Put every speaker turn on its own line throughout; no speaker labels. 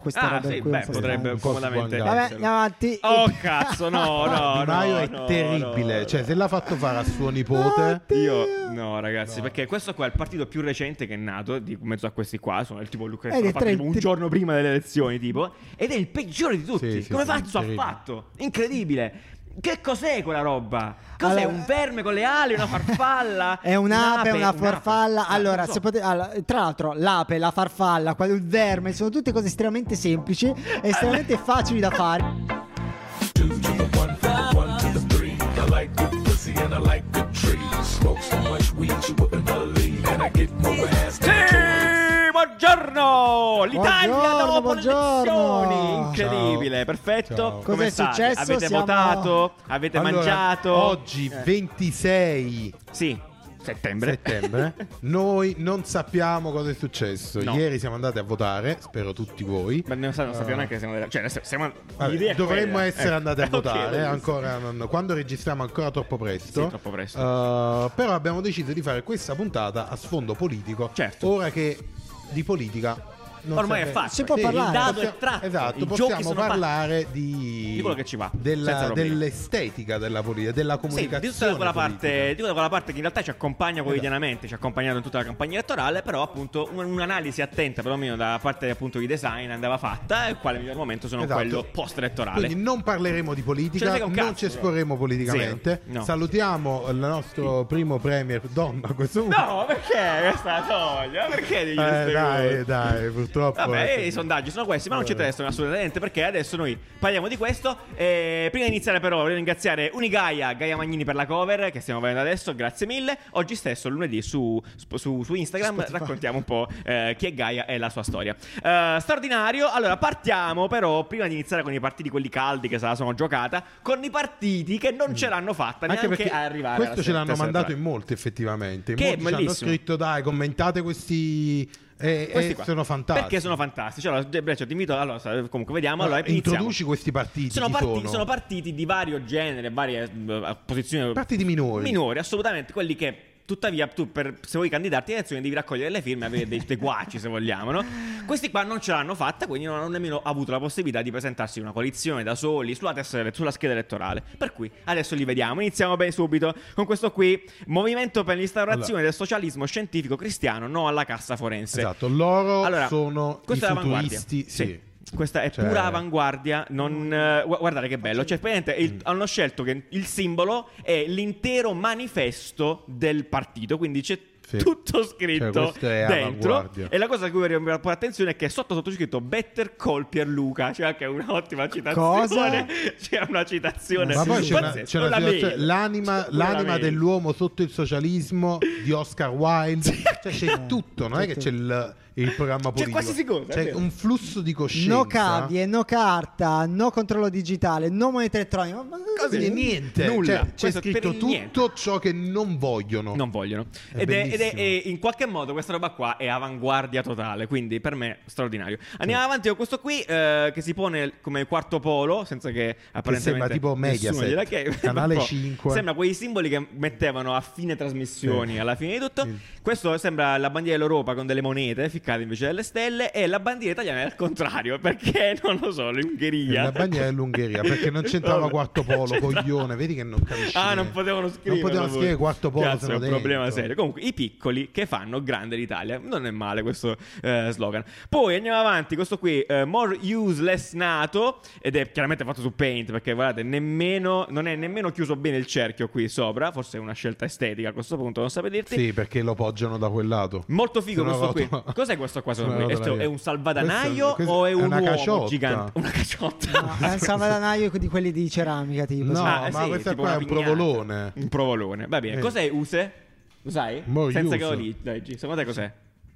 questa
Ah,
roba
sì,
in cui non
beh,
so se-
potrebbe
Un po'
comodamente.
sguangare.
Vabbè,
essere.
andiamo avanti.
Oh, cazzo, no, no.
Di Maio
no,
è
no,
terribile.
no,
cioè,
no.
se l'ha fatto fare a suo nipote,
Io no, ragazzi,
No.
perché questo qua è il partito più recente che è nato, di mezzo a questi qua, sono il tipo Luca che
Ed è
sono fatti
tre-
tipo un
tre-
giorno prima delle elezioni, tipo, ed è il peggiore di tutti.
Sì, sì,
Come
sì,
cazzo ha
terribile.
fatto? Incredibile. Che cos'è quella roba? Cos'è
Allora-
un verme con le ali, una farfalla?
È un'ape,
Un'ape,
una
un'ape.
farfalla.
Eh,
Allora,
non so.
se pote- allora, tra l'altro, l'ape, la farfalla, quel- il verme, sono tutte cose estremamente semplici e estremamente facili da fare.
Sì, buongiorno! L'Italia
Buongiorno,
dopo
buongiorno.
le elezioni! Incredibile, perfetto.
Ciao.
Come
Cos'è
state?
successo?
Avete
Siamo-
votato? Avete
Allora,
mangiato? Eh.
Oggi, 26
Sì, settembre.
settembre, noi non sappiamo cosa è successo.
No.
Ieri siamo andati a votare, spero tutti voi. Eh,
Ma non, sa- non sappiamo neanche se siamo della- Cioè, adesso siamo...
Ah. Vabbè,
l'idea è
dovremmo
quella.
essere
Ecco.
andati a
Ok,
votare eh,
va bene.
ancora non- quando registriamo ancora troppo presto,
Sì, troppo presto.
Eh, però abbiamo deciso di fare questa puntata a sfondo politico
Certo.
ora che di politica non
Ormai è
serve-
fatto.
Si può
Sì,
parlare.
Il dato
possiamo-
è tratto.
esatto,
I giochi
possiamo
sono fatti.
parlare di,
Di quello che ci va,
della-
senza problemi.
dell'estetica della politica, della
Sì, di
comunicazione.
tutta quella parte,
politica. Esatto.
di tutta quella parte che in realtà ci accompagna quotidianamente, ci ha accompagnato in tutta la campagna elettorale, però appunto un- un'analisi attenta, perlomeno da parte appunto di design andava fatta, e quale miglior momento se non
Esatto.
quello post-elettorale.
Quindi non parleremo di
Ce ne
politica,
frega un
non
cazzo,
ci
però.
esporremo politicamente.
Zero, no.
Salutiamo il nostro primo premier donna a questo punto.
No, perché questa toglia? Perché devi dire
Eh,
queste
dai,
cose?
dai, purtroppo.
Vabbè,
eh,
i sondaggi sono questi, ma non ci
Vabbè.
interessano assolutamente perché adesso noi parliamo di questo. Eh, prima di iniziare, però, voglio ringraziare Unigaia, Gaia Magnini per la cover che stiamo vedendo adesso. Grazie mille. Oggi stesso, lunedì, su, sp- su- su Instagram
Spotify.
raccontiamo un po' eh, chi è Gaia e la sua storia. Eh, straordinario. Allora, partiamo, però, prima di iniziare con i partiti, quelli caldi che se la sono giocata, con i partiti che non ce l'hanno fatta
Mm. Anche
neanche
perché
a arrivare.
questo
alla
ce l'hanno
terza
mandato
entrata.
in molti effettivamente. In
Che è
molti ci hanno
bellissimo.
scritto dai, commentate questi eh,
Questi
eh,
qua.
sono fantastici.
Perché sono fantastici. Allora, Breccia, ti invito. Allora, sa- comunque, vediamo. Allora,
Allora,
iniziamo.
introduci questi partiti,
Sono,
chi
parti-
sono?
sono partiti di vario genere, varie mh, posizioni.
Partiti minori.
Minori, assolutamente. Quelli che. Tuttavia, tu per- se vuoi candidarti alle elezioni devi raccogliere le firme e avere dei, dei guaci, se vogliamo, no? Questi qua non ce l'hanno fatta, quindi non hanno nemmeno avuto la possibilità di presentarsi in una coalizione da soli sulla, tessera- sulla scheda elettorale. Per cui adesso li vediamo. Iniziamo ben subito con questo qui: Movimento per l'instaurazione
Allora.
del socialismo scientifico cristiano, no alla cassa forense.
Esatto, loro
Allora,
sono i
questa è l'avanguardia.
futuristi. Sì.
Questa è
Cioè-
pura avanguardia.
Mm.
non- eh, gu- guardate che bello. Cioè, praticamente il- hanno scelto che il simbolo è l'intero manifesto del partito. Quindi c'è.
Sì. Cioè,
Tutto scritto
questo è
dentro
avanguardia.
e la cosa a cui vorrei portare attenzione è che sotto sotto c'è scritto Better Call Pierluca, cioè anche un'ottima citazione.
Cosa?
C'è una citazione
Ma poi c'è una,
pazzesca,
c'è una
la
situazione-
mail.
l'anima,
C'è una
l'anima
mail.
dell'uomo sotto il socialismo di Oscar Wilde. Cioè, c'è tutto, non è che c'è il, il programma
C'è
politico.
qualsiasi cosa, è
C'è
vero.
un flusso di coscienza.
No cavie, no carta, no controllo digitale, no moneta elettronica. Ma-
Cosa di niente,
Nulla.
Cioè, c'è
Questo per
scritto tutto
niente.
ciò che non vogliono.
Non vogliono.
È
ed, è, ed è-
bellissimo.
e in qualche modo questa roba qua è avanguardia totale, quindi per me straordinario. Andiamo avanti con questo qui eh, che si pone come quarto polo, senza che apparentemente...
sembra tipo
nessuno
Mediaset,
gliela chieda,
canale
un po'.
5.
Sembra quei simboli che mettevano a fine trasmissioni,
Sì.
alla fine di tutto.
Sì.
Questo sembra la bandiera dell'Europa con delle monete ficcate invece delle stelle e la bandiera italiana è al contrario, perché non lo so, l'Ungheria.
La bandiera dell'Ungheria perché non c'entrava
Vabbè.
quarto polo,
C'entrava-
coglione, vedi che non capisci.
Ah,
niente.
non potevano scrivere.
Non potevano scrivere quarto polo,
Cazzo, è
sono
un problema
dentro.
serio. Comunque, i piccoli che fanno grande l'Italia. Non è male questo eh, slogan. Poi andiamo avanti. Questo qui, eh, More Useless Nato. Ed è chiaramente fatto su Paint perché guardate, nemmeno, non è nemmeno chiuso bene il cerchio qui sopra. Forse è una scelta estetica a questo punto, non saprei dirti.
Sì, perché lo poggiano da quel lato.
Molto figo
Sono
questo qui.
rotola-
Cos'è questo qua secondo
sono
voi?
rotola
Questo
via.
è un salvadanaio
Questo-
o è un
una
uomo
caciotta.
gigante? Una caciotta.
No, eh, è un salvadanaio di quelli di ceramica, tipo.
No,
sì.
Ah,
ma
sì,
questo
tipo
qua è
una
un
pignata.
provolone.
Un provolone. Va bene.
Eh. Boh,
Cos'è Use? Lo sai?
Mo'
Senza
use.
che lo lì. Dai, G, secondo te cos'è?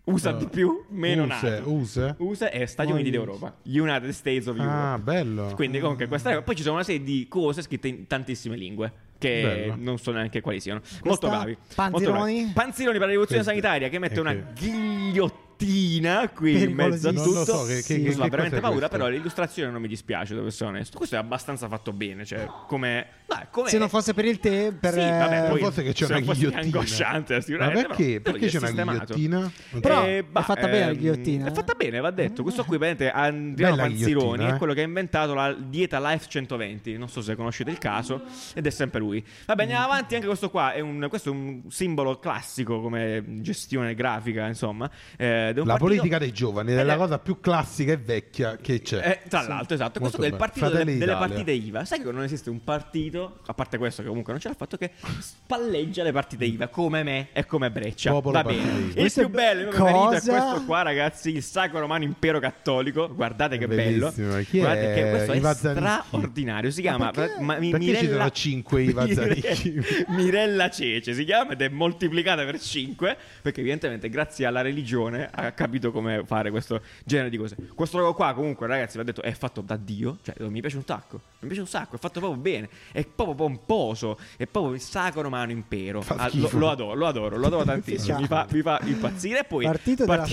Usa
Eh,
di più, meno
use,
NATO.
use?
Use è Stati
Mo'
Uniti
use.
d'Europa. United States of Europe.
Oh, Ah, bello.
Quindi comunque questa poi ci sono una serie di cose scritte in tantissime lingue che
Bello.
non so neanche quali siano. Molto bravi.
Panzironi?
Molto bravi. Panzironi per la rivoluzione
Queste-
sanitaria che mette
eh,
una
che-
ghigliottina grottina qui in mezzo a tutto.
Pericolosissimo.
Non lo so che- che-
Sì.
che-
Mi fa
cos'è
veramente paura,
questo?
però l'illustrazione non mi dispiace, devo essere onesto. Questo è abbastanza fatto bene, cioè come... dai, come-
Se non fosse per il tè, per...
Sì, vabbè,
eh,
poi-
forse che
se
c'è una
non fosse
ghigliottina.
angosciante, sicuramente,
Ma perché?
però- però
Perché
gli è
c'è una
sistemato. Eh,
ghigliottina? Non
Però-
so.
è fatta bene la
ehm,
ghigliottina,
È
eh?
fatta bene, va detto. Questo qui, vedete, Adriano
Bella
Panzironi
ghigliottina,
è
eh?
quello che ha inventato la dieta Life 120. Non so se conoscete il caso, ed è sempre lui. Vabbè,
Mm.
andiamo avanti. Anche questo qua è un, questo è un simbolo classico come gestione grafica, insomma. eh, di un
la
partito-
politica dei giovani
Ed
è la
è-
cosa più classica e vecchia che c'è.
eh, tra l'altro, esatto, questo qui è il partito delle,
Fratelli
delle
d'Italia.
partite IVA. Sai che non esiste un partito, a parte questo che comunque non c'è il fatto che spalleggia le partite IVA come me e come Breccia.
Popolo
Va bene.
partite IVA.
Il
Questo è
più bello, il mio
cosa?
preferito è questo qua, ragazzi, il Sacro Romano Impero Cattolico. Guardate che bello.
Bellissimo, chi è?
Guardate che questo è
Iva Zanicchi.
straordinario. Si chiama
Ma perché?
ma- mi-
Perché ci
Mirella-
sono cinque Iva Zanicchi?
Mirella Cece si chiama ed è moltiplicata per 5 perché evidentemente grazie alla religione ha capito come fare questo genere di cose. Questo logo qua comunque ragazzi vi ho detto è fatto da Dio, cioè mi piace un sacco, mi piace un sacco, è fatto proprio bene, è proprio pomposo, è proprio il sacro romano impero.
Fa
Ah, lo,
schifo.
lo adoro, lo adoro, lo adoro tantissimo, mi, fa, mi fa impazzire. E poi
Partito della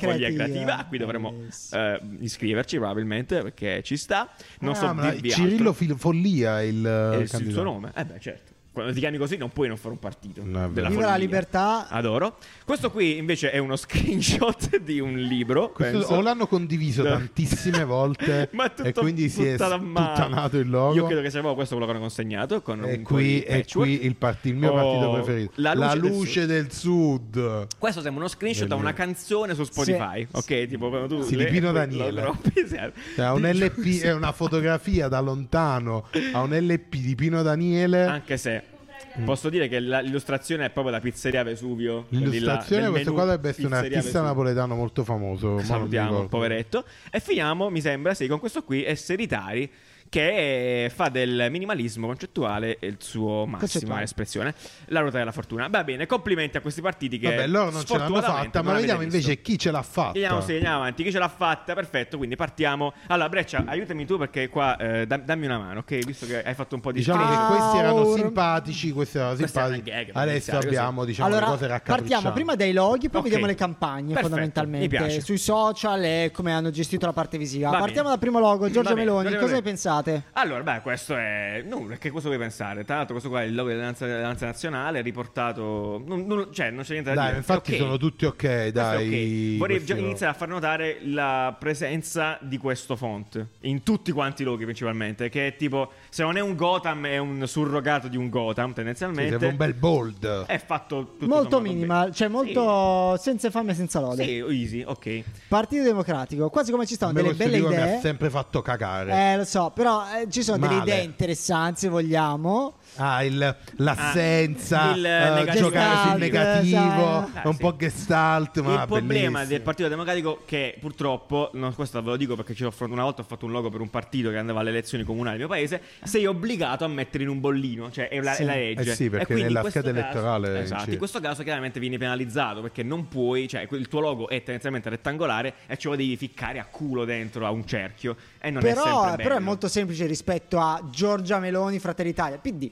follia creativa.
a cui dovremmo
Bellissimo.
eh, iscriverci probabilmente perché ci sta, non
Ah,
so
ma
dirvi altro.
Cirillo Fil- Follia è il,
Eh,
eh,
il suo
candidato.
nome. Eh beh, certo. Quando ti chiami così non puoi non fare un partito.
No, è vero.
della
Viva la
follia.
libertà.
Adoro. Questo qui invece è uno screenshot di un libro.
Questo
penso.
o l'hanno condiviso
No.
tantissime volte
Ma tutto
e quindi si è
buttato a mano.
sputtanato il logo.
Io credo che sia proprio questo quello che hanno consegnato. Con
E
un po'
qui,
di
e
patchwork.
qui il, parti- il mio
Oh,
partito preferito.
La luce, del Sud.
del, sud.
Questo sembra uno screenshot da
Bellissimo.
una canzone su Spotify. Ok, tipo quando tu.
Sì, di Pino
lo-
Daniele.
lo rompi, sì.
Cioè, ha un
Ti
LP
giuro, sì.
è una fotografia da lontano a un LP di Pino Daniele.
Anche se
Mm.
posso dire che la- l'illustrazione è proprio da Pizzeria Vesuvio. quelli là,
L'illustrazione,
del
questo
menù
qua dovrebbe essere un
Pizzeria
artista
Vesuvio.
napoletano molto famoso. ma non mi
Salutiamo,
ricordo.
poveretto. E finiamo, mi sembra, sì, con questo qui, Esseritari, che fa del minimalismo concettuale il suo massima
Concettuale.
espressione, la ruota della fortuna. Va bene, complimenti a questi partiti che...
Vabbè, loro non ce l'hanno
sfortunatamente
fatta,
non
ma
avete
vediamo
visto.
invece chi ce l'ha fatta.
Vediamo se andiamo avanti. Chi ce l'ha fatta? Perfetto, quindi partiamo. Allora, Breccia, aiutami tu perché qua eh, dam- dammi una mano, ok? Visto che hai fatto un po' di
Diciamo
Ah,
che questi erano
or-
simpatici, questi erano
Questi erano
simpatici.
gag, per
Adesso
iniziare,
abbiamo diciamo,
allora,
le cose raccapriccianti.
partiamo prima dai loghi, poi
Ok.
vediamo le campagne
Perfetto, mi piace.
fondamentalmente sui social e come hanno gestito la parte visiva.
Va
partiamo
bene.
dal primo logo,
Va
Giorgio
bene,
Meloni,
Giorgio
cosa ne
Meloni.
pensate?
Allora, beh, questo è. Nulla, che cosa vuoi pensare? Tra l'altro, questo qua è il logo dell'Alleanza dell'Alleanza Nazionale, riportato. non- non- cioè, non c'è niente da
Dai,
dire.
infatti
È ok.
sono tutti ok,
Questo è
dai.
ok. Vorrei
questi
già iniziare a far notare la presenza di questo font in tutti quanti i loghi, principalmente. Che è tipo, se non è un Gotham, è un surrogato di un Gotham,
Sì,
tendenzialmente.
serve un bel bold.
È fatto tutto
molto
sommato
minimal,
bene.
cioè molto senza fame e senza lode.
Sì. Sì, easy, ok.
Partito Democratico, quasi come ci
A
stanno
me
delle
questo
belle
libro mi ha
idee.
sempre fatto cagare.
Eh, lo so, però eh, ci sono delle
Male.
idee interessanti, se vogliamo.
Ah, il- l'assenza,
Ah, il
eh,
negativo.
giocare sul
Gestalt, eh,
negativo,
sai.
è un po' gestalt, ma
il problema
Ah, bellissimo.
del Partito Democratico che purtroppo, no, questo ve lo dico perché ci ho affrontato- una volta ho fatto un logo per un partito che andava alle elezioni comunali del mio paese, sei obbligato a mettere in un bollino, cioè è la,
Sì.
è la legge.
Eh sì,
E
perché
quindi in
nella
questo
scheda
caso-
elettorale
Esatto,
ci-
in questo caso chiaramente vieni penalizzato perché non puoi, cioè il tuo logo è tendenzialmente rettangolare e ce lo devi ficcare a culo dentro a un cerchio e non è sempre
però,
bello.
però è molto semplice rispetto a Giorgia Meloni, Fratelli Italia, PD.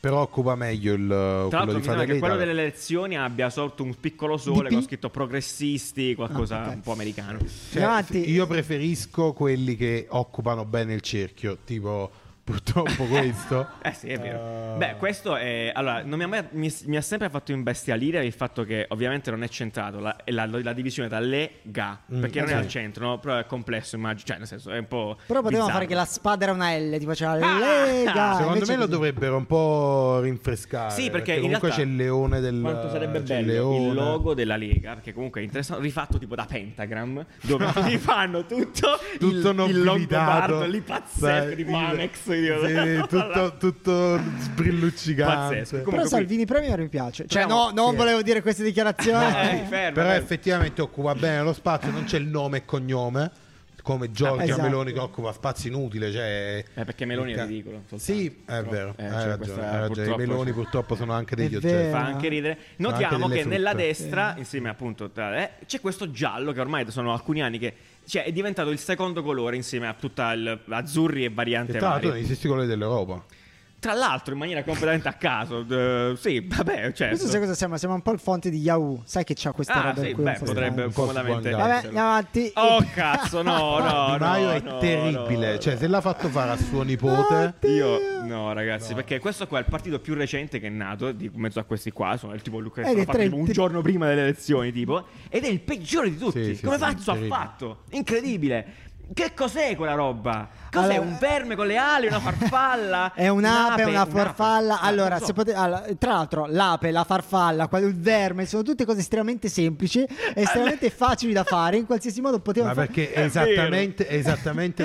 Però occupa meglio il
Tra
quello
l'altro
di
mi sembra che
Fratelli
quello
d'Italia.
delle elezioni abbia sorto un piccolo sole
DP?
con scritto progressisti, qualcosa
Ah, ok.
un po' americano.
Cioè,
Andiamo avanti.
io preferisco quelli che occupano bene il cerchio, tipo purtroppo questo.
Eh sì, è vero.
Eh.
Beh, questo è. Allora, non mi, ha mai- mi- mi ha sempre fatto imbestialire il fatto che, ovviamente, non è centrato la, è la- la divisione tra le ga.
Mm,
perché non è
sì.
al centro, no? Però è complesso, immagino. Cioè, nel senso, è un po'.
Però potevamo
bizzarro.
fare che la spada era una L, tipo c'era la
Ah!
Lega.
Secondo
invece
me lo
così.
dovrebbero un po' rinfrescare.
Sì, perché, in
comunque
realtà
c'è il leone del
Quanto sarebbe
c'è il
bello il
Cioè, leone.
logo della Lega, perché comunque è interessante, rifatto tipo da Pentagram, dove rifanno tutto,
tutto
il, il
nobilitato.
longobardo lì pazzesco,
Sai,
tipo
il-
Amex.
Sì, tutto, tutto sbrilluccicante.
Pazzesco.
Però
comunque qui-
Salvini Premier mi piace. Cioè,
Proviamo-
no, non
sì.
volevo dire queste dichiarazioni.
Eh, fermo,
Però
fermo.
effettivamente occupa bene lo spazio, non c'è il nome e cognome. Come Giorgia
Esatto.
Meloni che occupa spazio inutile, cioè...
Eh, perché Meloni è ridicolo. soltanto.
Sì, è
Però-
vero.
eh,
hai
cioè,
ragione,
questa
hai ragione.
purtroppo-
I Meloni purtroppo sono anche degli
È
oggetti.
vero.
fa anche ridere.
Sono Eh, anche
Notiamo
delle Eh.
che nella
frutte.
destra, insieme appunto, tra- eh, c'è questo giallo che ormai sono alcuni anni che cioè, è diventato il secondo colore insieme a tutta il azzurri e
E
variante
tra l'altro
varie.
nei stessi colori dell'Europa.
Tra l'altro, in maniera completamente a caso. d- sì, vabbè, certo.
Questo sai cosa siamo? Siamo un po' il fonte di Yahoo. Sai che c'ha questa
Ah,
roba
sì,
in cui
beh,
non fa
potrebbe
strano.
Un po'
comodamente.
sbagliato.
Vabbè,
essere.
andiamo avanti.
Oh, cazzo, no, no,
Di Maio
no,
è
no,
terribile.
no.
Cioè, se l'ha fatto fare a suo nipote.
Io no, ragazzi, perché questo qua è il partito più recente che è nato, di mezzo a questi qua, sono il tipo Luca,
Ed
sono
Eh, è
fatto
tre-
tipo un giorno prima delle elezioni, tipo, ed è il peggiore di tutti.
Sì, sì,
Come
sì,
faccio ha
incredibile.
fatto? Incredibile. Che cos'è quella roba? Cos'è
Allora-
un verme con le ali, una farfalla?
È un'ape, una
un'ape?
farfalla.
Ah,
Allora,
non so.
se pote- allora, tra l'altro, l'ape, la farfalla, quel- il verme sono tutte cose estremamente semplici, estremamente facili da fare. In qualsiasi modo potevano
Ma
fare.
perché
È
è esattamente, è esattamente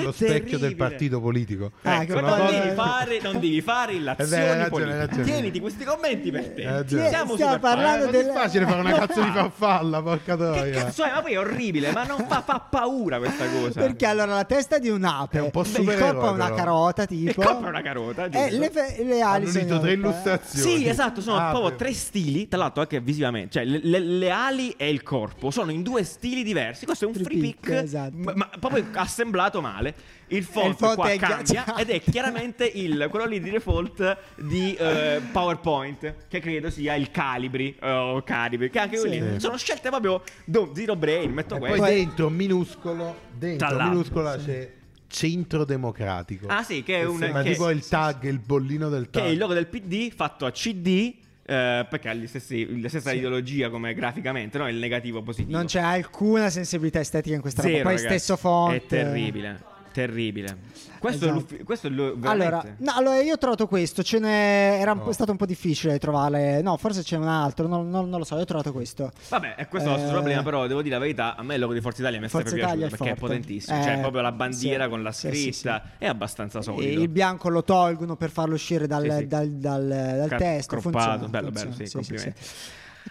È
lo specchio
terribile.
del partito politico.
Ah,
Ecco,
che
non,
poi-
devi fare, non devi fare illazioni
Eh beh, hai ragione,
politiche.
hai ragione.
Tieniti questi commenti per te.
Hai ragione.
Siamo
Stiamo
super
parlando
Eh, non
del-
è facile fare una cazzo di farfalla, porca
Che
troia.
cazzo è? Ma poi è orribile, ma non fa, fa paura questa cosa.
Perché allora la testa è di un'ape,
È un po'
il
supereroe,
corpo è una
però.
carota, tipo.
Il corpo è una carota,
E
giusto.
le, fe- le ali
Hanno
sono
unito tre
in alto, eh.
illustrazioni.
Sì, esatto, sono
Ah,
proprio
per-
tre stili, tra l'altro anche visivamente, cioè le, le- le ali e il corpo sono in due stili diversi, questo è un
Free
free pick,
pick, esatto.
ma, ma proprio assemblato male, il font,
font
qua
è
cambia
ghiacciato.
ed è chiaramente il, quello lì di default di eh, PowerPoint, che credo sia il Calibri, eh, o Calibri, che anche quelli
Sì.
sono scelte proprio do- zero brain, metto
E poi
questo.
dentro minuscolo, dentro
Tra l'altro,
minuscola c'è centro democratico.
Ah, sì, che è un-
sembra
che-
tipo il tag, il bollino del
che
tag.
è il logo del PD fatto a CD. eh, perché ha gli stessi- la stessa ideologia come graficamente, no? il negativo positivo.
eh, Non c'è alcuna sensibilità estetica in questa
Zero,
roba. Poi
ragazzi.
stesso font.
È terribile, terribile. Questo
Esatto.
è l'uffi- questo è lo-
Allora,
veramente.
no, allora, io ho trovato questo, ce n'è, era un po'
No.
stato un po' difficile trovare, no forse c'è un altro, non, non- non lo so, io ho trovato questo.
Vabbè, è questo è il nostro
Eh,
problema, però devo dire la verità, a me il logo di Forza Italia mi è sempre
Forza Italia
piaciuto
è
perché è
forte.
potentissimo,
Eh,
cioè proprio la bandiera
sì.
con la
Sì,
scritta
sì,
è abbastanza
E
solido.
il bianco lo tolgono per farlo uscire dal,
Sì, sì.
dal- dal- dal
Ca-
testo,
croppato,
funziona,
bello,
funziona,
bello, sì, complimenti.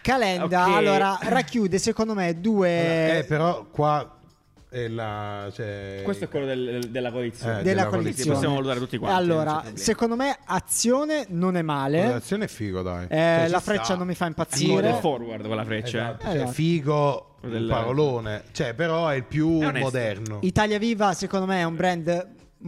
Calenda,
Ok.
allora, racchiude secondo me
Eh,
due...
però qua è la... cioè-
Questo è quello del- della coalizione.
Eh,
della
della
coalizione
coalizione.
Possiamo valutare tutti quanti, non c'è
allora
problema.
secondo me azione non è male
L'azione è figo, dai.
Eh,
Cioè, ci
la freccia
sta.
non mi fa
Sì,
impazzire
del forward con la freccia.
Esatto, cioè,
Esatto.
figo,
eh. Del-
un parolone. Cioè, però è il più
È onesto.
moderno.
Italia Viva secondo me è un brand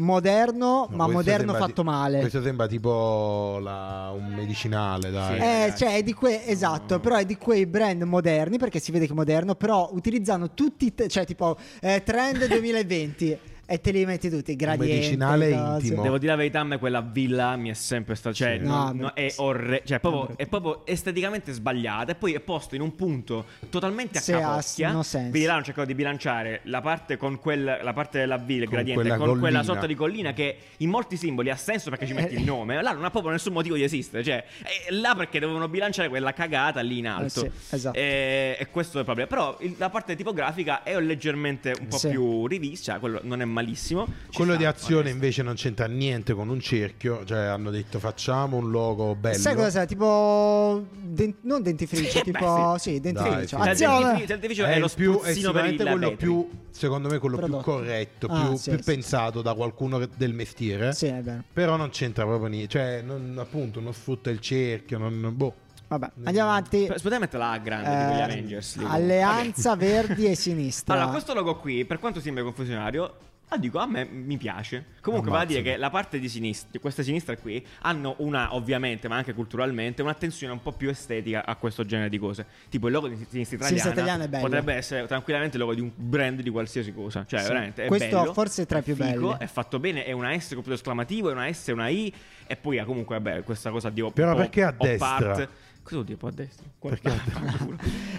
moderno
No,
ma
questo
moderno
sembra
fatto
ti-
male
Questo sembra tipo la- un medicinale, dai.
Sì.
Eh, cioè, è di que- esatto, però è di quei brand moderni, perché si vede che è moderno, però utilizzano tutti, i te- cioè tipo eh, trend 2020 e te li metti tutti, gradienti.
medicinale
cose.
intimo.
Devo dire la verità, a me quella villa mi è sempre stata. Cioè,
Sì.
non-
No,
no,
no,
è
Ah, sì.
orre- cioè, proprio-
Non
è proprio esteticamente sbagliata. E poi è posto in un punto totalmente a
Sì, ha
capocchia.
s- no senso.
Quindi là hanno cercato di bilanciare la parte con quel- la parte della villa, il
Con
gradiente,
quella
con quella
collina.
sorta di collina che in molti simboli ha senso perché ci
Eh.
metti il nome. Là non ha proprio nessun motivo di esistere. Cioè, è là perché dovevano bilanciare quella cagata lì in alto. Eh,
sì, esatto.
e, e questo è il problema. Però il- la parte tipografica è leggermente un po'
Sì.
più rivista. cioè, Quello non è malissimo. Ci
Quello
sta,
di azione
onesto.
invece non c'entra niente con un cerchio, cioè hanno detto facciamo un logo bello.
Sai cosa? Tipo. den- non dentifricio,
Sì,
tipo.
beh,
sì, dentifricio.
Dai, sì.
Cioè, il
Azione.
dentifricio- il dentifricio è,
il
lo
più, è
spruzzino per il
sicuramente quello
lavetri.
più, secondo me, quello
Prodotto.
più corretto,
Ah,
più,
sì,
più
sì,
pensato da qualcuno che- del mestiere.
Sì, è vero.
Però non c'entra proprio niente, cioè non- appunto non sfrutta il cerchio, non, boh.
Vabbè, andiamo avanti.
P- Potete metterla a grande
Eh,
tipo gli Avengers. lì.
alleanza Verdi e
Vabbè.
Sinistra.
Allora, questo logo qui, per quanto sembra confusionario, ah, dico, a me mi piace. Comunque, va a dire
Ammazzami.
che la parte di sinistra, questa sinistra qui, hanno una, ovviamente, ma anche culturalmente, un'attenzione un po' più estetica a questo genere di cose. Tipo il logo di sinistra italiana,
Sinistra Italiana è bello.
potrebbe essere tranquillamente il logo di un brand di qualsiasi cosa. Cioè,
Sì.
veramente. È
Questo
bello,
forse è tra i più
figo,
belli.
È fatto bene, è una S con punto esclamativo, è una S, una I, e poi ha comunque, vabbè, questa cosa di op-
Però
op-
perché a
op
destra?
art. Cosa vuol dire poi a destra?
Perché a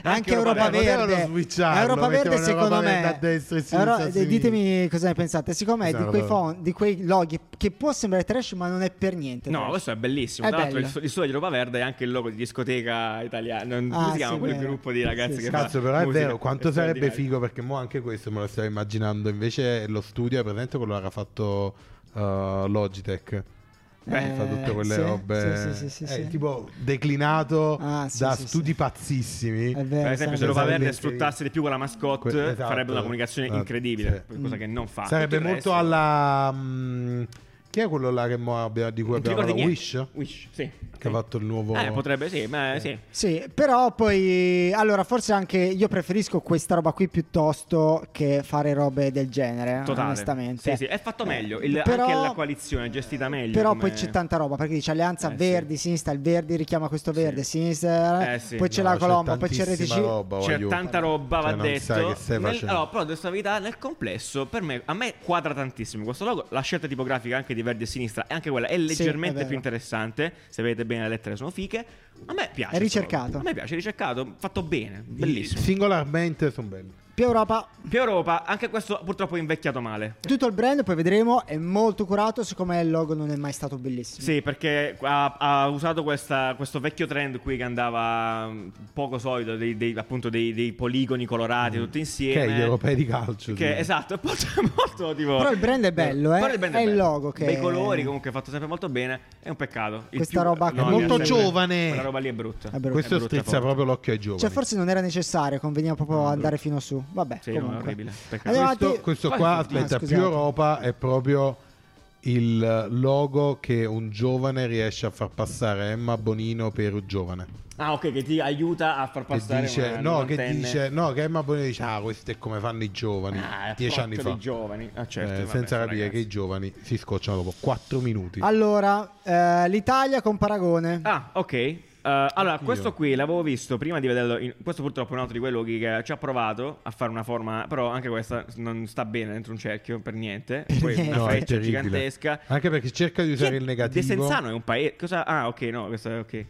anche Europa
Verde.
Verde.
Potevano switcharlo,
Europa Verde
mettevano
secondo
Europa
me.
Verde a destra e a
Euro-
sinistra, a
ditemi cosa ne pensate. Siccome è di
Esatto.
quei, font- di quei loghi che può sembrare trash, ma non è per niente.
No,
trash.
questo è bellissimo.
È
Tra l'altro, il,
bello.
so- il studio di Roba Verde è anche il logo di discoteca italiana. Non, come
Ah,
si chiama
sì,
quel
vero.
gruppo di ragazzi
Sì,
che
sì.
fa
Cazzo, però è
musica?
vero, quanto
È
sarebbe
straordinario.
figo perché mo anche questo me lo stavo immaginando, invece lo studio è presente quello che aveva fatto eh, Logitech.
Beh,
Eh,
Che fa tutte quelle
Eh, sì,
robe
sì, sì, sì, sì,
eh,
sì.
tipo declinato
Ah, sì,
da
sì,
studi
sì. È
pazzissimi.
vero, esatto.
Per esempio, se
sarebbe-
Roba
Eh, Sarebbe
Verde
incredibile.
sfruttasse di più con la mascotte,
Que- esatto,
farebbe una comunicazione
esatto,
incredibile.
sì.
Cosa
Mm.
che non fa. Tutto
Sarebbe
il
molto
resto-
alla mh, mm, Chi è quello là che mo abbia- di cui
Non ti
abbiamo
ricordi
parlato?
niente? Wish,
Wish?
sì.
Che ha fatto il nuovo...
Eh, potrebbe sì, ma sì.
Sì, però poi allora forse anche io preferisco questa roba qui piuttosto che fare robe del genere,
Totale.
onestamente. Eh,
Sì, sì, è fatto meglio. Il-
Però-
anche la coalizione è gestita meglio.
Però
come-
poi c'è tanta roba perché dice alleanza
Eh, sì.
verdi, sinistra, il verdi richiama questo verde,
Sì.
sinistra,
Eh, sì,
poi c'è
No,
la colomba, poi c'è il
tantissima
RTC.
roba,
C'è
voglio-
tanta roba,
Cioè,
va
non
detto.
sai che stai
Nel-
facendo.
allora, però adesso la verità, nel complesso, per me, a me quadra tantissimo questo logo. La scelta tipografica anche di verde e sinistra, e anche quella è leggermente
vero.
più interessante. Se vedete bene le lettere sono fiche. A me piace.
È
questo
ricercato.
logo. A me piace, è ricercato, fatto bene,
I-
bellissimo.
Singolarmente sono belli.
Più Europa,
Più Europa, anche questo purtroppo è invecchiato male.
tutto il brand, poi vedremo, è molto curato, siccome il logo non è mai stato bellissimo.
Sì, perché ha, ha usato questa- questo vecchio trend qui che andava mm, poco solido, dei, dei- appunto dei, dei poligoni
Mm.
colorati tutti
Che
insieme.
è gli europei di calcio.
Che,
sì.
Esatto, è molto, molto tipo...
Però il brand è bello, eh.
Però il brand
È il
bello.
logo che-
Bei colori, comunque fatto sempre molto bene. È un peccato. Il
Questa roba che-
no,
Molto
il-
giovane.
Quella roba lì è brutta.
È brutta.
Questo
È brutta
strizza
foto.
proprio l'occhio ai giovani.
Cioè forse non era necessario, conveniva proprio
No,
andare fino su. Vabbè,
Sì, no,
comunque.
è orribile. Peccato.
Andiamo
questo,
avanti.
questo
Vai,
qua,
ah,
aspetta,
scusate.
più Europa è proprio il logo che un giovane riesce a far passare Emma Bonino per un giovane.
Ah, ok, che ti aiuta a far
Che
passare
dice,
una
no, che
novantenne.
dice, no, che Emma Bonino dice, ah, questo è come fanno i giovani,
Ah,
dieci
porca
anni
di
fa.
giovani. Ah, certo,
Eh,
vabbè,
senza capire
ragazzi.
che i giovani si scocciano dopo 4 minuti.
Allora, eh, l'Italia con Paragone.
Ah, ok. Eh, allora, questo qui l'avevo visto prima di vederlo. in- Questo purtroppo è un altro di quei loghi che ci ha provato a fare una forma. Però anche questa non sta bene dentro un cerchio per niente. Poi una
No, è
freccia
terribile.
gigantesca.
Anche perché cerca di
Chi è
usare il negativo.
De Senzano è un paese. Cosa? Ah, ok, no, questo è ok.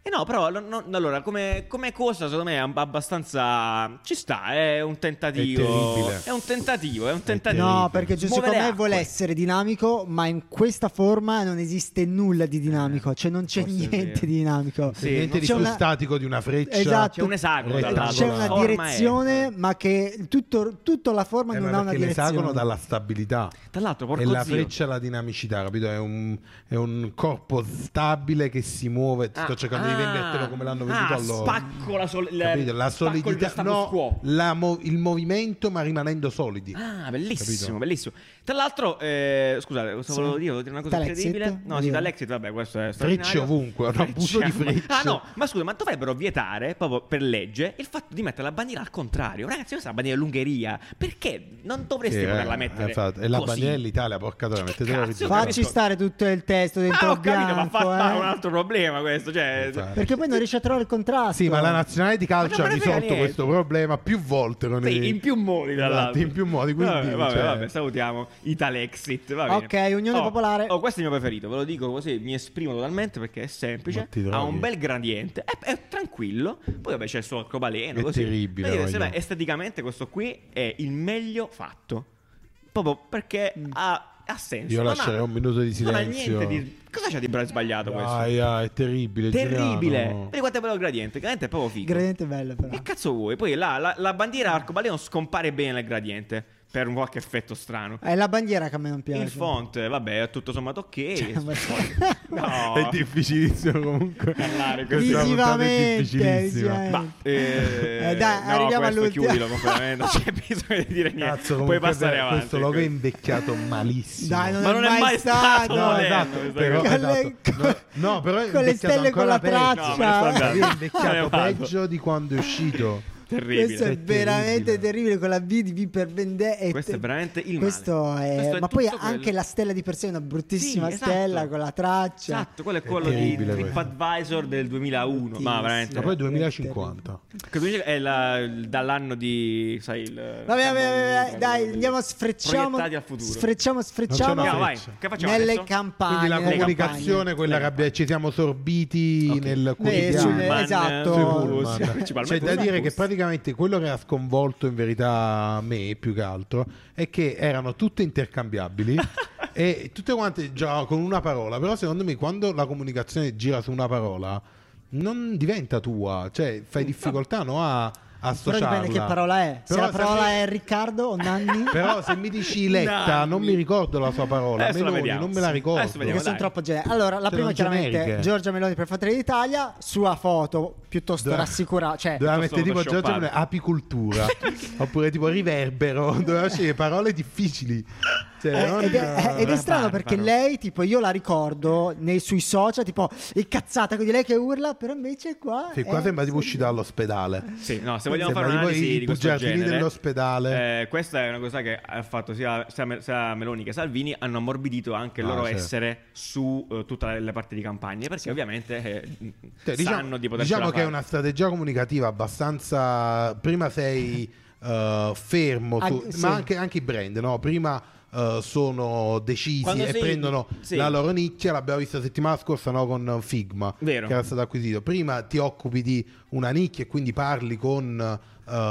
Eh no, però no- no, allora, come, come cosa, secondo me è ab- abbastanza. Ci sta, è un tentativo.
terribile.
È, un tentativo, è un tentativo.
No, perché Gesù
Muove
secondo
le
me
acque.
vuole essere dinamico, ma in questa forma non esiste nulla di
Eh,
dinamico, cioè non c'è
forse è
niente
vero.
di dinamico.
Sì,
niente
non
di
c'è
più
una-
statico di una freccia.
Esatto.
C'è un esagono dall'altro.
C'è
L'esagono.
una
La forma eh. è-
direzione, ma che tutto, tutta la forma
Eh,
non
ma
ha una
perché
direzione.
l'esagono dà la stabilità.
Dall'altro,
E
porco
la
zio.
freccia la dinamicità, capito? È un, è un corpo stabile che si muove. Sto
Ah,
cercando di
ah,
vendertelo come l'hanno venduto
ah,
allora.
Spacco la, sol- la-
Capito? La
spacco il
solidità,
status
no,
quo.
la mo- il movimento, ma rimanendo solidi.
Ah, bellissimo,
Capito?
bellissimo. Tra l'altro, eh, scusate, cosa
Sì.
volevo dire? Volevo dire una cosa
Dall'exit?
incredibile. No, sì,
Dire.
dall'exit, vabbè, questo è
Frecce
straordinario.
ovunque, un abuso di
ma-
frecce.
Ah no, ma scusa, ma dovrebbero vietare, proprio per legge, il fatto di mettere la bandiera al contrario. Ragazzi, questa è la bandiera dell'Ungheria. Perché non dovresti
Sì,
poterla
eh,
mettere
infatti, e la
così?
bandiera dell'Italia, porca troia,
Cioè, che
mettetela
cazzo,
orizzontale.
Facci stare tutto il testo
Ah,
dentro
ho
il
capito, ma
bianco,
fa, fa
eh.
un altro problema questo, cioè...
Perché poi non riesce a trovare il contrasto.
Sì, ma la nazionale di calcio
Ma non
ha
me ne frega
risolto
niente.
questo problema più volte. Con
Sì,
i-
in più modi tra
Esatto,
l'altro.
in più modi, quindi,
vabbè, vabbè,
cioè-
vabbè, salutiamo Italexit va bene.
Ok, Unione
Oh,
Popolare.
oh questo è il mio preferito ve lo dico così mi esprimo totalmente perché è
Ma
semplice
ti droghi.
ha un bel gradiente è, è tranquillo poi vabbè c'è il suo arcobaleno
È
così.
terribile,
Voglio dire,
voglio.
secondo me, esteticamente questo qui è il meglio fatto proprio perché ha ha senso.
Mm. Io
non ha-
lascerei un minuto di
Non ha
silenzio.
niente di. Cosa c'è di bra- sbagliato questo?
Ai, ai, è terribile.
Terribile.
Giuliano.
Vedi quanto è bello il gradiente. Il gradiente è proprio
Il
figo.
gradiente è bello però.
Che cazzo vuoi? Poi là, la, la
Mm.
bandiera arcobaleno scompare bene nel gradiente per un qualche effetto strano.
È Eh, la bandiera che a me non piace.
Il font, vabbè, è tutto sommato ok.
Cioè, ma-
no.
È difficilissimo comunque.
Parlare così.
Questa puntata è
Visivamente,
difficilissima.
cioè-
Ma, eh,
Eh, dai,
no,
arriviamo
questo
all'ultimo.
chiudilo completamente, non c'è bisogno di dire niente.
Cazzo,
Puoi
comunque
passare
questo
avanti.
logo è invecchiato malissimo.
Dai, non
Ma
è
non
mai
è mai stato,
stato.
No,
moderno,
esatto,
questa
però-
cosa.
Con le-
esatto. No, no, però è
con le
invecchiato
stelle con
ancora
la
peggio.
traccia.
No, me ne sto andando.
È invecchiato
Me ne vado.
peggio di quando è uscito.
Terribile.
Questo è cioè,
Terribile.
veramente terribile con la V di V per vendetta.
Questo è veramente il male.
Questo è-
Questo è
ma poi
tutto quello.
anche la stella di per sé è una bruttissima
Sì, esatto.
stella con la traccia.
Esatto, quello è
È
quello di
terribile
TripAdvisor del 2001. Ma
Bruttissimo.
veramente.
Ma poi 2050.
Che tu dici è la- dall'anno di. Sai, il.
Vabbè, vabbè, vabbè, dai, andiamo, sfrecciamo.
Proiettati al futuro.
Sfrecciamo, sfrecciamo.
una
Andiamo, vai.
freccia.
Che facciamo?
Nelle
adesso?
campagne.
Quindi la
nelle
comunicazione, quella
Le
che abbia- ci siamo sorbiti
Ok.
nel
Eh,
quotidiano.
sulle- esatto.
Sui
Oh,
pullman.
sì, principalmente
C'è da
sui
dire che
bus.
praticamente quello che ha sconvolto in verità me più che altro è che erano tutte intercambiabili e tutte quante già con una parola, però secondo me quando la comunicazione gira su una parola non diventa tua, cioè fai difficoltà no, a
Però
associarla.
dipende che parola è. Se
Però
la parola
mi-
è Riccardo o Nanni,
Però se mi dici letta,
Nanni.
non mi ricordo la sua parola,
Adesso la
Meloni,
vediamo.
non me la
Sì.
ricordo.
Adesso vediamo.
perché sono
dai.
troppo generiche. Allora, la
Sono
prima chiaramente
generiamente.
Giorgia Meloni per Fratelli d'Italia, sua foto piuttosto
Doveva-
rassicurata, cioè
Doveva mettere tipo
Photoshop
Giorgio
padre.
apicultura oppure tipo riverbero, doveva scegliere parole difficili. Cioè,
Eh,
non-
ed, è, ed è
una
strano perché
barbaro.
lei, tipo, io la ricordo nei, sui social, tipo, incazzata di lei che urla, però invece qua...
Sì, qua
è-
sembra tipo uscita dall'ospedale.
Sì, no, se vogliamo
Sembra
fare
tipo
un'analisi
i
di questo
bugiardini
genere
dell'ospedale.
eh, questa è una cosa che ha fatto sia, sia- sia Meloni che Salvini hanno ammorbidito anche il
Ah,
loro
sì.
essere su eh, tutta la parte di campagne perché ovviamente eh,
Cioè,
sanno di poter
diciamo che è una strategia comunicativa abbastanza. Prima sei eh, fermo, su-
Anche- sì.
ma anche, anche i brand, no? Prima. eh, sono decisi
Quando
e
sei-
prendono
sì.
la loro nicchia l'abbiamo vista settimana scorsa no, con Figma
Vero.
che era stato acquisito prima ti occupi di una nicchia e quindi parli con,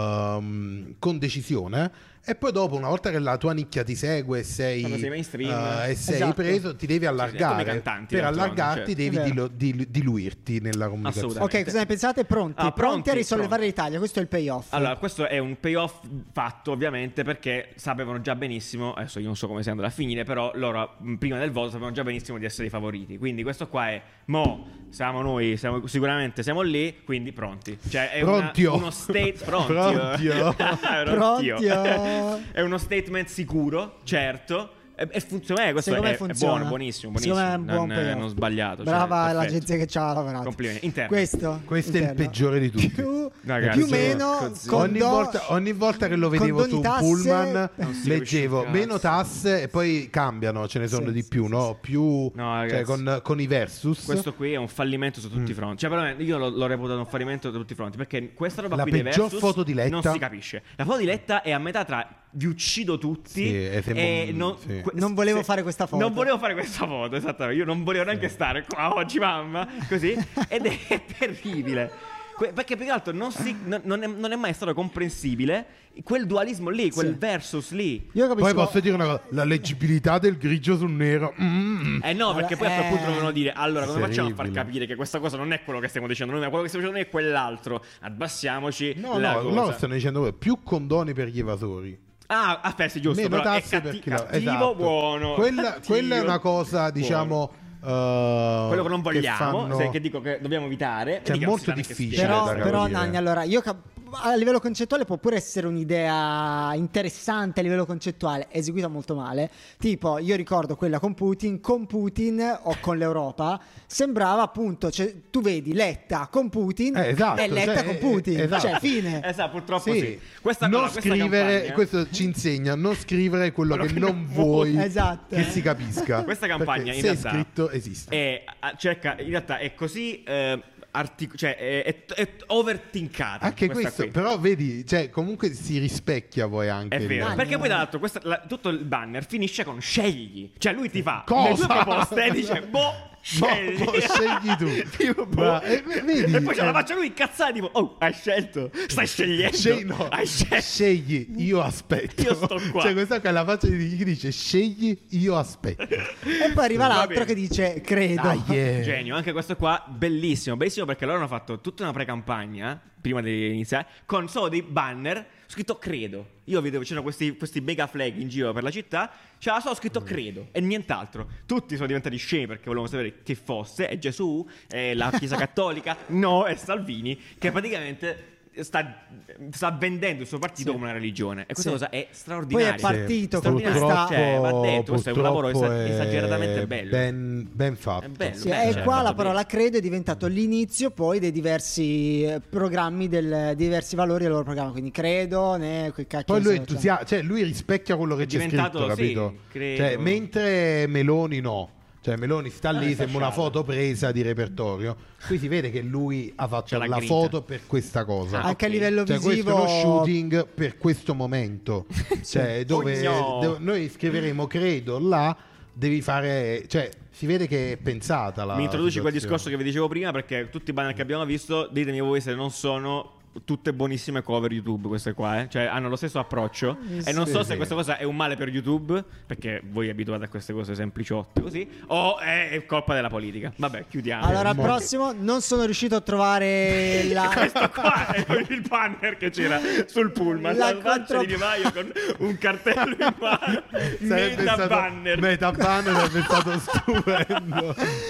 ehm, con decisione e poi dopo una volta che la tua nicchia ti segue e sei,
Quando sei mainstream.
eh, e sei
Esatto.
preso ti devi allargare
come i cantanti,
per
d'altronde,
allargarti
cioè.
devi
È vero.
dilo- dil- diluirti nella comunicazione
Assolutamente.
Ok, cosa ne pensate? Pronti?
Ah,
pronti, a risollevare
pronti.
l'Italia, questo è il payoff.
Allora, questo è un payoff fatto ovviamente perché sapevano già benissimo, adesso io non so come sia andato a finire, però loro mh, prima del voto sapevano già benissimo di essere i favoriti. Quindi questo qua è, mo, siamo noi, siamo- sicuramente siamo lì, quindi pronti. Cioè è una-
Prontio.
uno state... Prontio.
Prontio.
Prontio.
Prontio.
è uno statement sicuro, certo. E e funziona, eh, questo
Secondo
è,
me
è
funziona.
buono, buonissimo,
Secondo
buonissimo.
me è un buon
non, eh,
payoff.
non sbagliato. cioè,
Brava
perfetto.
l'agenzia che ci ha lavorato.
Complimenti. Interno.
Questo,
Questo è il
interno.
peggiore di tutti.
Più,
Ragazzi,
più meno,
così.
con
Ogni
do-
volta, ogni volta che lo vedevo
condoni
su un
tasse-
pullman
Non si
leggevo
capisce un
meno tasse e poi cambiano, ce ne sono
Sì,
di
sì,
più,
sì,
no? Più
No, ragazzi.
cioè, con, con i versus.
Questo qui è un fallimento su
Mm.
tutti i fronti. Cioè, veramente, io l'ho, l'ho reputato un fallimento su tutti i fronti. Perché questa roba
La
qui dei
peggior
versus
foto di Letta.
non si capisce. La foto di Letta è a metà tra vi uccido tutti
Sì, e sembra
e
un-
non,
sì.
Non volevo fare questa foto.
Non volevo fare questa foto, esattamente. Io non volevo neanche stare qua oggi, mamma. Così. Ed è, terribile. Que- Perché più che altro non, si- non- non è, non è mai stato comprensibile quel dualismo lì, quel
Sì.
versus lì.
Io capisco.
Poi posso dire una cosa, la leggibilità del grigio sul nero. mm.
Eh no, perché poi a quel
Eh.
punto dovevano dire Allora, come facciamo a far
Terribile.
capire che questa cosa non è quello che stiamo dicendo noi, ma quello che stiamo dicendo noi è quell'altro. Abbassiamoci.
No,
la
no,
cosa.
loro stanno dicendo voi, più condoni per gli evasori.
Ah, aspetta, sì, giusto.
meno
Però è
tasse
catti-
per chi la-
cattivo,
esatto.
buono.
Quella,
cattivo,
quella è una cosa,
buono.
diciamo... eh,
Quello che non vogliamo,
fanno-
se- che dico che dobbiamo evitare.
Cioè,
Dica,
molto
si sa neanche
difficile
spiegare.
però,
da
però,
capire.
Nanni, allora, io cap- a livello concettuale può pure essere un'idea interessante a livello concettuale, eseguita molto male. Tipo, io ricordo quella con Putin, con Putin o con l'Europa, sembrava appunto, cioè, tu vedi Letta con Putin
Eh, esatto,
e Letta
cioè,
con
eh,
Putin,
esatto.
cioè fine.
Esatto, purtroppo sì.
Sì.
Questa
non
cosa, questa
scrivere,
campagna-
questo ci insegna, non scrivere quello,
Quello
che
che
non
non
vuoi
vuoi. Esatto.
che si capisca.
Questa campagna,
Perché
in
se
realtà-
è scritto esiste.
è, a- cerca, in realtà è così eh, artic- cioè è, è, è overtinkata
Anche
questa
questo,
qui.
però vedi, cioè, comunque si rispecchia voi anche.
È
il-
vero,
Ah,
perché
no.
poi tra l'altro questa- la- tutto il banner finisce con scegli, cioè lui ti fa
Cosa?
le tue proposte e dice boh, scegli,
boh, scegli tu.
Tipo, boh.
Ma, eh, vedi,
e poi ce la
eh.
faccio lui incazzata tipo oh hai scelto, stai scegliendo,
Scegli, no,
hai scelto.
scegli, io aspetto.
Io sto qua.
Cioè, questa qua è la faccia di chi dice scegli, io aspetto.
E poi arriva
Va
l'altro
bene.
che dice credo.
Dai, eh, yeah.
Genio, anche questo qua bellissimo, bellissimo perché loro hanno fatto tutta una pre-campagna eh, prima di iniziare con solo dei banner scritto credo. Io vedevo c'erano questi, questi mega flag in giro per la città, c'era solo scritto credo e nient'altro. Tutti sono diventati scemi perché volevano sapere che fosse, è Gesù, è la Chiesa Cattolica, no, è Salvini che praticamente sta, sta vendendo il suo partito
Sì.
come una religione e questa
Sì.
cosa è
Poi
straordinaria.
è partito con
Straordinario,
questa...
Purtroppo-
cioè, va detto, questo è un lavoro
purtroppo
esager-
è
esageratamente bello.
Ben, ben fatto.
È bello.
Sì,
eh,
Beh,
e
certo,
cioè,
qua la
fatto
parola credo è diventato l'inizio poi dei diversi eh, programmi, del, dei diversi valori del loro programma. Quindi credo, né, quei cacchi
Poi
che
lui è
sono-
entusiasta, cioè lui rispecchia quello che
È
c'è
diventato-
scritto, capito?
sì, credo.
Cioè, mentre Meloni no. Cioè Meloni sta
Ah,
lì,
è
sembra una
fasciata.
foto presa di repertorio. Qui si vede che lui ha fatto
C'è la
la
grinta.
foto per questa cosa.
Ah,
Anche a
ok.
livello
Cioè, questo
visivo...
è uno shooting per questo momento. Cioè, dove
Ogno.
de- noi scriveremo credo là, devi fare. Cioè, si vede che è pensata la.
Mi introduci quel discorso
situazione.
che vi dicevo prima perché tutti i banner che abbiamo visto, ditemi voi se non sono tutte buonissime cover YouTube queste qua, eh. cioè hanno lo stesso approccio e non so
sì.
se questa cosa è un male per YouTube perché voi abituate a queste cose sempliciotte così o è, è colpa della politica. Vabbè, chiudiamo.
Allora, al
eh, Mo-
prossimo non sono riuscito a trovare la...
Questo qua è il banner che c'era sul pullman,
La
la, faccia
contro-
di Di Maio con un cartello in mano,
Sarebbe
meta
stato-
banner.
Meta banner sarebbe stato stupendo.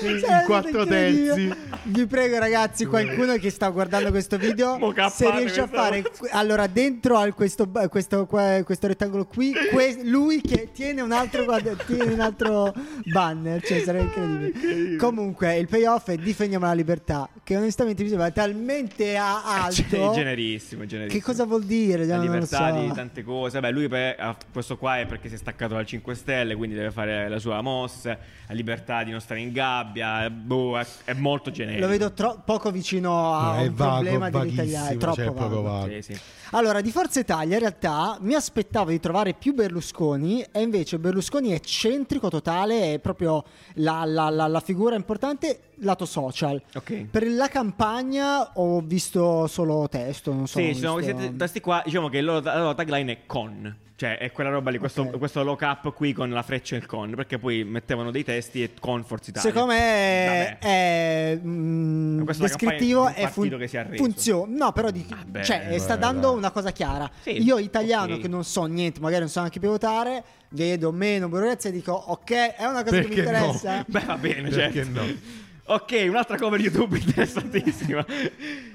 In
Sarebbe
quattro
incredibile.
terzi.
Vi prego ragazzi, qualcuno che sta guardando questo video,
Mo K
se riesce a fare allora dentro al questo, questo, qua- questo rettangolo qui que- lui che tiene un altro guad- tiene un altro banner cioè sarebbe
Ah,
incredibile comunque il payoff è difendiamo la libertà che onestamente mi sembra talmente a- alto
Cioè, È generissimo, è generissimo.
che cosa vuol dire
La
Non lo
libertà
so.
di tante cose. Beh, lui per- ah, questo qua è perché si è staccato dal 5 Stelle, quindi deve fare la sua mossa. La libertà di non stare in gabbia. Boh, è, è molto generico.
lo vedo tro- poco vicino a
Eh, No,
un
è vago,
problema dell'Italia
vaghissimo,
è troppo
cioè, è proprio
vago.
Sì,
vago.
sì.
Allora, di Forza Italia in realtà mi aspettavo di trovare più Berlusconi e invece Berlusconi è centrico totale, è proprio la, la- la- la figura importante lato social.
Ok.
Per la campagna ho visto solo testo, non so.
Sì,
ho
ci sono
visto-
questi tasti qua. Diciamo che il loro- la loro tagline è con. Cioè, è quella roba lì, questo,
Ok.
questo lock up qui con la freccia e il con. Perché poi mettevano dei testi e con Forza Italia.
Secondo me
Vabbè.
è mm,
Questa è una
descrittivo
campagna di un
e fun-
partito che si è arreso. Ah,
funziona. No, però di-
Vabbè,
cioè,
beh,
sta dando
dai.
una cosa chiara.
Sì,
Io italiano
ok.
che non so niente, magari non so neanche più votare, vedo meno burocrazia e dico "Ok, è una cosa che mi
Perché no?
interessa".
Beh, va bene,
Perché
certo.
no?
Ok, un'altra cover YouTube interessantissima.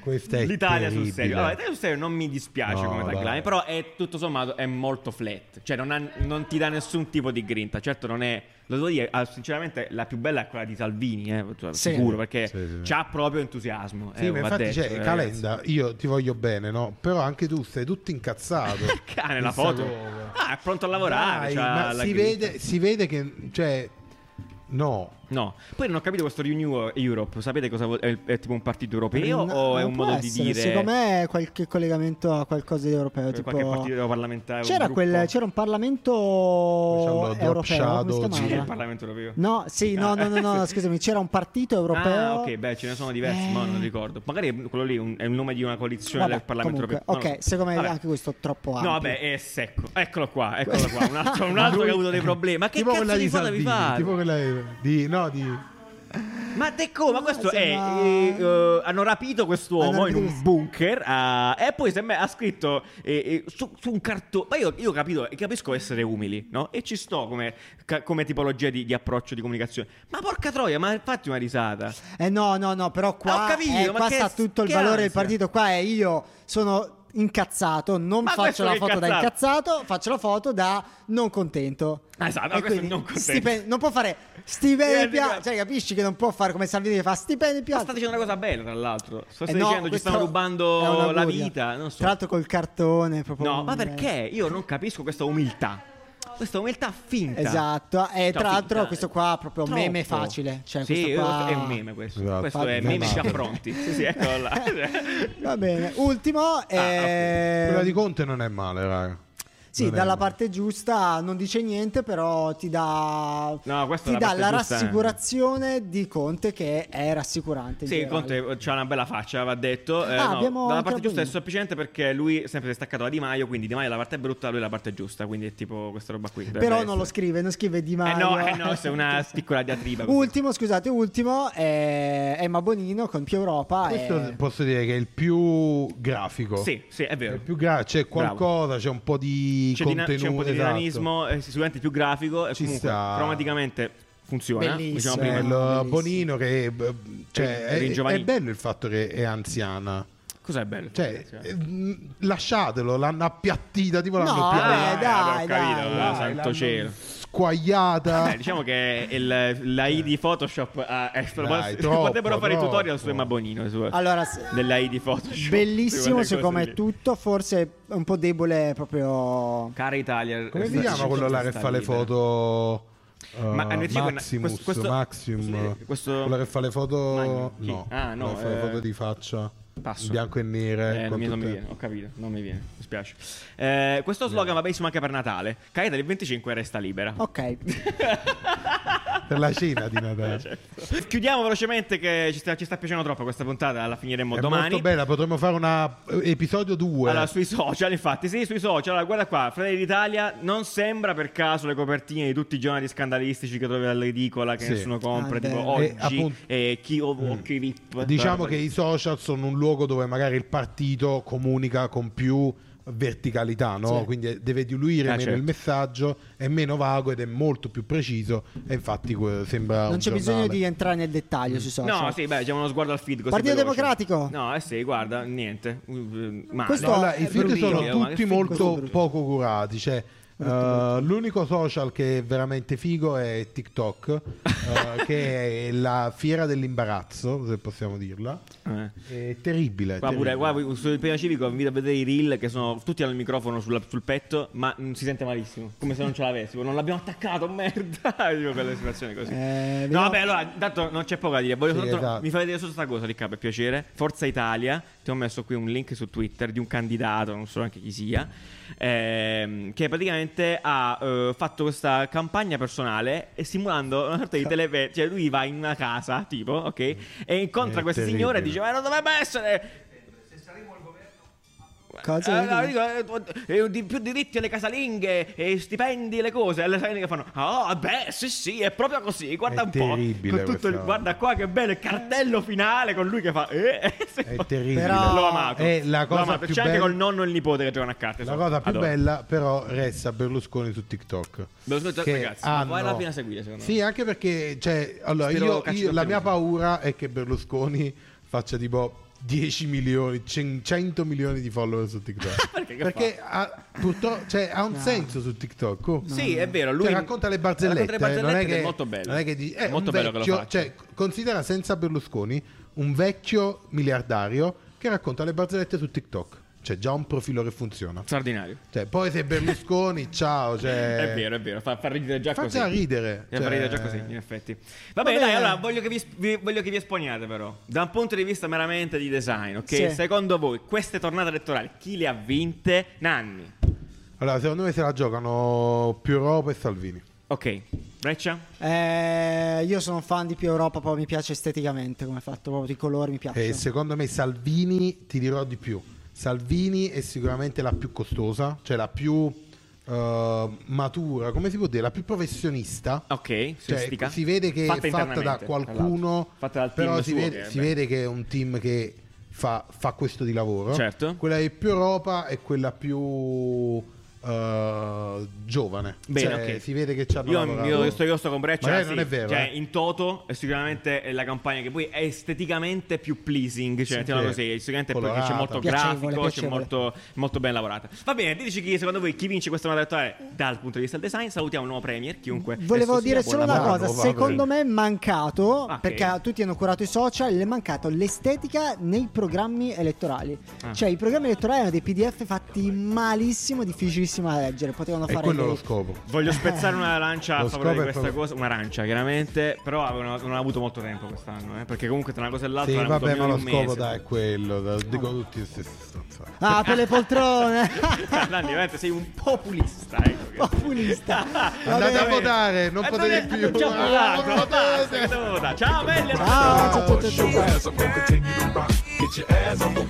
Questa è
L'Italia sul
terribile.
serio. Allora, l'Italia sul serio non mi dispiace
No,
come tagline,
dai.
però è tutto sommato è molto flat. Cioè, non, ha- non ti dà nessun tipo di grinta. Certo, non è. Lo devo dire, ah, sinceramente, la più bella è quella di Salvini, eh, cioè,
Sì.
sicuro, perché
Sì, sì, sì.
c'ha proprio entusiasmo.
Sì,
eh,
ma
va
infatti,
detto,
cioè,
eh,
Calenda, io ti voglio bene, no? Però anche tu sei tutto incazzato.
ragazzi. Cane, la
Chissà
foto.
come.
Ah, è pronto a lavorare.
Dai,
c'ha
ma
la
si
grinta.
vede, si vede che, cioè, no.
No, poi non ho capito questo Renew Europe. Sapete cosa vuol- è, è tipo un partito europeo
No,
o è
non
un
può
modo
essere.
di dire
Secondo me è qualche collegamento a qualcosa di europeo.
per
Tipo...
qualche partito parlamentare?
c'era,
un
quel-
gruppo?
c'era un
Diciamo,
Parlamento
drop
europeo.
shadow,
Come si
Sì, il
chiamava?
Parlamento europeo.
No, sì, no, no, no, no, no, scusami, c'era un partito europeo.
Ah, ok, beh, ce ne sono diversi,
Eh.
ma non ricordo. Magari quello lì è un- è il nome di una coalizione
Vabbè,
del Parlamento
comunque,
europeo.
ok, secondo me anche questo è troppo ampio.
No, vabbè, eh. è secco. Eccolo qua, eccolo qua. Un altro, un altro che ha avuto dei problemi. Ma che
Tipo
cazzo
quella
di foto vi
Salvini,
fa?
Tipo quella di... No, di...
Eh.
Ma te come? Ma questo
Ah,
è.
sembra-
eh, eh, hanno rapito quest'uomo
Hanno
in
rapito
un
questo-
bunker. ah, e poi sembra- ha scritto eh, eh, su, su un cartone. Ma io, io capito, capisco essere umili, no? E ci sto come, ca- come tipologia di, di approccio di comunicazione. Ma porca troia, ma fatti una risata.
Eh no, no, no, però
Ah,
qua,
ho capito,
eh,
ma
qua
che-
sta tutto il
che
valore del
ansia.
partito. Qua è io sono incazzato, non
Ma
faccio
questo
la
che
foto da incazzato, faccio la foto da non contento.
Ah, esatto, ma
E
questo è
quindi
non contento.
stipen- non può fare stipendi
Stipendi
piano,
piano.
cioè capisci che non può fare come Salvini che fa stipendi
Ma
piano.
sta dicendo una cosa bella, tra l'altro. Sto
Eh
stai
no,
dicendo, ci
questo
stanno
è
rubando
una
la
godia.
vita. Non so.
Tra l'altro col cartone proprio.
No, ma
eh,
perché? Io non capisco questa umiltà. Questa umiltà finta.
Esatto, e
Cioè,
tra l'altro
finta.
questo qua è proprio
Troppo.
meme facile, cioè
sì,
questo qua-
è un meme questo.
Esatto.
Questo è
Infatti,
meme
esatto.
già pronti. Sì, sì, eccolo là. Ah,
Va bene, ultimo eh,
Quella di Conte non è male, raga.
Sì,
Non è
dalla
male.
parte giusta non dice niente, però ti dà,
No, questa
ti
è la
dà
parte
la
giusta, eh.
rassicurazione di Conte che è rassicurante. in
Sì,
generale.
Conte c'ha una bella faccia, va detto. Eh,
Ah,
no,
abbiamo
dalla
anche
parte giusta è
Albino.
sufficiente perché lui sempre si è staccato da Di Maio, quindi Di Maio è la parte brutta, lui è la parte giusta, quindi è tipo questa roba qui. dovrebbe
Però non lo
essere.
scrive, non scrive Di
Eh
Maio.
no, eh no, se è una piccola diatriba. così.
Ultimo, scusate, ultimo è Emma Bonino con Più Europa.
Questo
e-
posso dire che è il più grafico.
Sì, sì, è
È
vero.
il più gra- c'è
Bravo.
qualcosa, c'è un po' di
c'è, dina-
contenuto.
c'è un po' di
esatto.
dinamismo, eh, sicuramente più grafico e
Ci
comunque
sta.
cromaticamente funziona.
Bellissimo.
Diciamo
Cioè,
prima.
Eh,
il
Bellissimo.
Bonino che eh, cioè, è,
Ringiovanì.
è bello il fatto che è anziana.
Cos'è bello?
Cioè,
certo.
eh, mh, lasciatelo, l'hanno appiattita, tipo l'hanno
No,
appiattita.
vabbè,
eh,
dai,
ho capito,
dai,
eh,
dai,
santo
l'hanno
cielo.
Squagliata.
Beh, diciamo che il- la I di Photoshop ah, è
Cioè. Dai, troppo,
potrebbero fare
troppo.
i tutorial su Emma Bonino su,
Allora, se-
della I di Photoshop.
bellissimo,
su quelle cose
secondo me
lì.
è tutto, forse un po' debole proprio...
Cara Italia,
Come si
eh,
chiama
ci-
quello là
ci
che
sta
fa le
libera.
foto? eh,
Ma- eh, dice quella-
Maximus,
questo- questo-
Maxim,
questo- questo-
quello che fa le foto,
Magno, chi?
no,
Ah, no,
quello che fa le
eh,
foto di faccia,
passo.
in bianco e nere,
Eh, non,
con
mi, non mi
tutte-
viene, ho capito, non mi viene, mi spiace. Eh, questo slogan va benissimo anche per Natale. Cara Italia, il 25 resta libera.
Ok,
per la cena di Natale.
Certo. Esatto. Chiudiamo velocemente che ci sta, ci sta piacendo troppo questa puntata, la finiremo
È
domani.
molto eh. bella, potremmo fare un episodio 2.
Allora, sui social, infatti, sì, sui social. Allora, guarda qua, Fratelli d'Italia non sembra per caso le copertine di tutti i giornali scandalistici che trovi all'edicola che
Sì.
nessuno compra,
Ah,
tipo
beh.
oggi,
E, appunto-
eh, chi o o chi VIP.
Diciamo
Guarda.
che i social sono un luogo dove magari il partito comunica con più verticalità, no?
Sì.
quindi eh, deve diluire
Ah,
meno
certo.
il messaggio, è meno vago ed è molto più preciso e infatti que- sembra...
Non
un
c'è bisogno
giornale.
di entrare nel dettaglio sui social.
No, sì, beh, diciamo uno sguardo al feed così
Partito
veloce.
Democratico.
No, eh sì, guarda, niente. Uh, uh, Male.
Questo
No, allora,
è
I feed
bruttino,
eh,
sono
ma che feed
tutti
questo è
molto
brutto.
poco curati. Cioè, eh, l'unico social che è veramente figo è TikTok, eh, che è la fiera dell'imbarazzo, se possiamo dirla.
Eh.
È terribile.
Qua pure,
terribile.
qua sul piano civico vi invito a vedere i reel che sono tutti hanno il microfono sulla- sul petto, ma mm, si sente malissimo, come se non ce l'avessimo. Non l'abbiamo attaccato, merda. Io quelle situazioni così.
Eh,
no,
vediamo-
vabbè, allora, intanto non c'è poco da dire. Voglio
Sì,
soltanto-
esatto.
Mi fai vedere solo questa cosa, Ricca, per piacere. Forza Italia, ti ho messo qui un link su Twitter di un candidato, non so neanche chi sia, ehm, che praticamente ha eh, fatto questa campagna personale e simulando una sorta di telepe... Cioè, lui va in una casa, tipo, ok? E incontra
È
questa
terribile.
signora e dice, ma non dovrebbe essere...
Cosa?
Eh, no, dico, eh, eh, di- più diritti alle casalinghe, e stipendi, le cose. E le casalinghe fanno: Ah, beh, sì, sì, è proprio così. Guarda
È
un
terribile
po'. Con tutto il-
questa- Eh,
guarda qua che bello il cartello finale con lui che fa. Eh,
È terribile.
Però-
L'ho amato.
È la
L'ho
cosa
amato.
più
C'è anche
bella-
col nonno e il nipote che giocano a carte.
La
insomma.
cosa più
Esatto. Adoro.
bella, però, resta Berlusconi su TikTok.
Berlusconi su-
Che
ragazzi, ma vale la
hanno-
pena seguire, secondo me.
Sì, anche perché, cioè, allora,
Spero
io,
cacci
io- la mia
l'ottimismo.
paura è che Berlusconi faccia tipo 10 milioni, 100 100 milioni di follower su TikTok.
Perché che
perché ha, purtroppo, cioè, ha un senso su TikTok. oh.
Sì, è vero.
Cioè,
Lui
racconta le barzellette,
racconta le
eh, non è
barzellette ed
che
è molto bello.
non è che dici-
È
eh,
molto
un
bello che lo
vecchio-
faccia.
cioè, considera senza Berlusconi un vecchio miliardario che racconta le barzellette su TikTok. C'è già un profilo che funziona.
Straordinario.
Cioè, poi se Berlusconi, ciao, cioè...
È vero, è vero, fa, fa ridere già
Fa
così.
già ridere,
Eh, Fa
cioè-
ridere già così, in effetti. Va bene,
bene.
dai, allora voglio che vi, vi- voglio che vi esponiate però. Da un punto di vista meramente di design, ok?
Sì.
Secondo voi queste tornate elettorali, chi le ha vinte? Nanni.
Allora, secondo me se la giocano più Europa e Salvini.
Ok, Breccia?
Eh, io sono un fan di più Europa, poi mi piace esteticamente come è fatto, proprio i colori mi piacciono.
E secondo me Salvini, ti dirò di più, Salvini è sicuramente la più costosa, cioè la più eh, matura, come si può dire, la più professionista.
Ok,
Cioè,
sofistica.
si vede che è fatta da
internamente, tra
qualcuno,
l'altro. Fatta dal team
però si
suo,
vede,
che,
si
beh.
vede che è un team che fa, fa questo di lavoro.
Certo.
Quella di più Europa è quella più eh, giovane.
Bene,
Cioè,
ok.
si vede che ci hanno
io,
lavorato.
io, io sto, io sto con Breccia.
Magari
sì.
non è vero.
Cioè,
eh.
in toto è sicuramente la campagna che poi è esteticamente più pleasing. Cioè,
Sì,
mettiamola
sì.
così. Sicuramente perché
Colorata.
c'è molto
Piacevole,
grafico, c'è
piacevole.
molto, molto ben lavorata. Va bene, diteci chi secondo voi chi vince questa maratona dal punto di vista del design. Salutiamo un nuovo Premier, chiunque.
Volevo
esso sia,
dire
buon
solo una
lavoro.
cosa,
Bravo, bravo.
secondo me è mancato,
Ah, ok.
perché tutti hanno curato i social, è mancato l'estetica nei programmi elettorali.
Ah.
Cioè i programmi elettorali erano dei PDF fatti malissimo, difficilissimo da leggere, potevano
È
fare...
quello
dei-
lo scopo.
Voglio spezzare una lancia a
Lo
favore di
scopo è
questa
proprio-
cosa, un'arancia chiaramente, però avevano- non ho avuto molto tempo quest'anno, eh, perché comunque tra una cosa e l'altra
Sì,
hanno avuto
vabbè, ma
meno
lo
di un
scopo
mese.
dai, è quello. da- Dico tutti le stesse stronzate.
Ah, per le poltrone!
Nanni, veramente sei un populista, ecco. che-
Populista!
Andate a
Vabbè.
votare, non
Eh,
potete
non è-
più.
non ci ho votato,
Ah,
basta, che devo votare. Ciao, belli. a tutti.
Ah, Ciao, ciao, ciao, ciao,
Show
ciao.
ass, I'm gonna continue to rock. Get your ass up.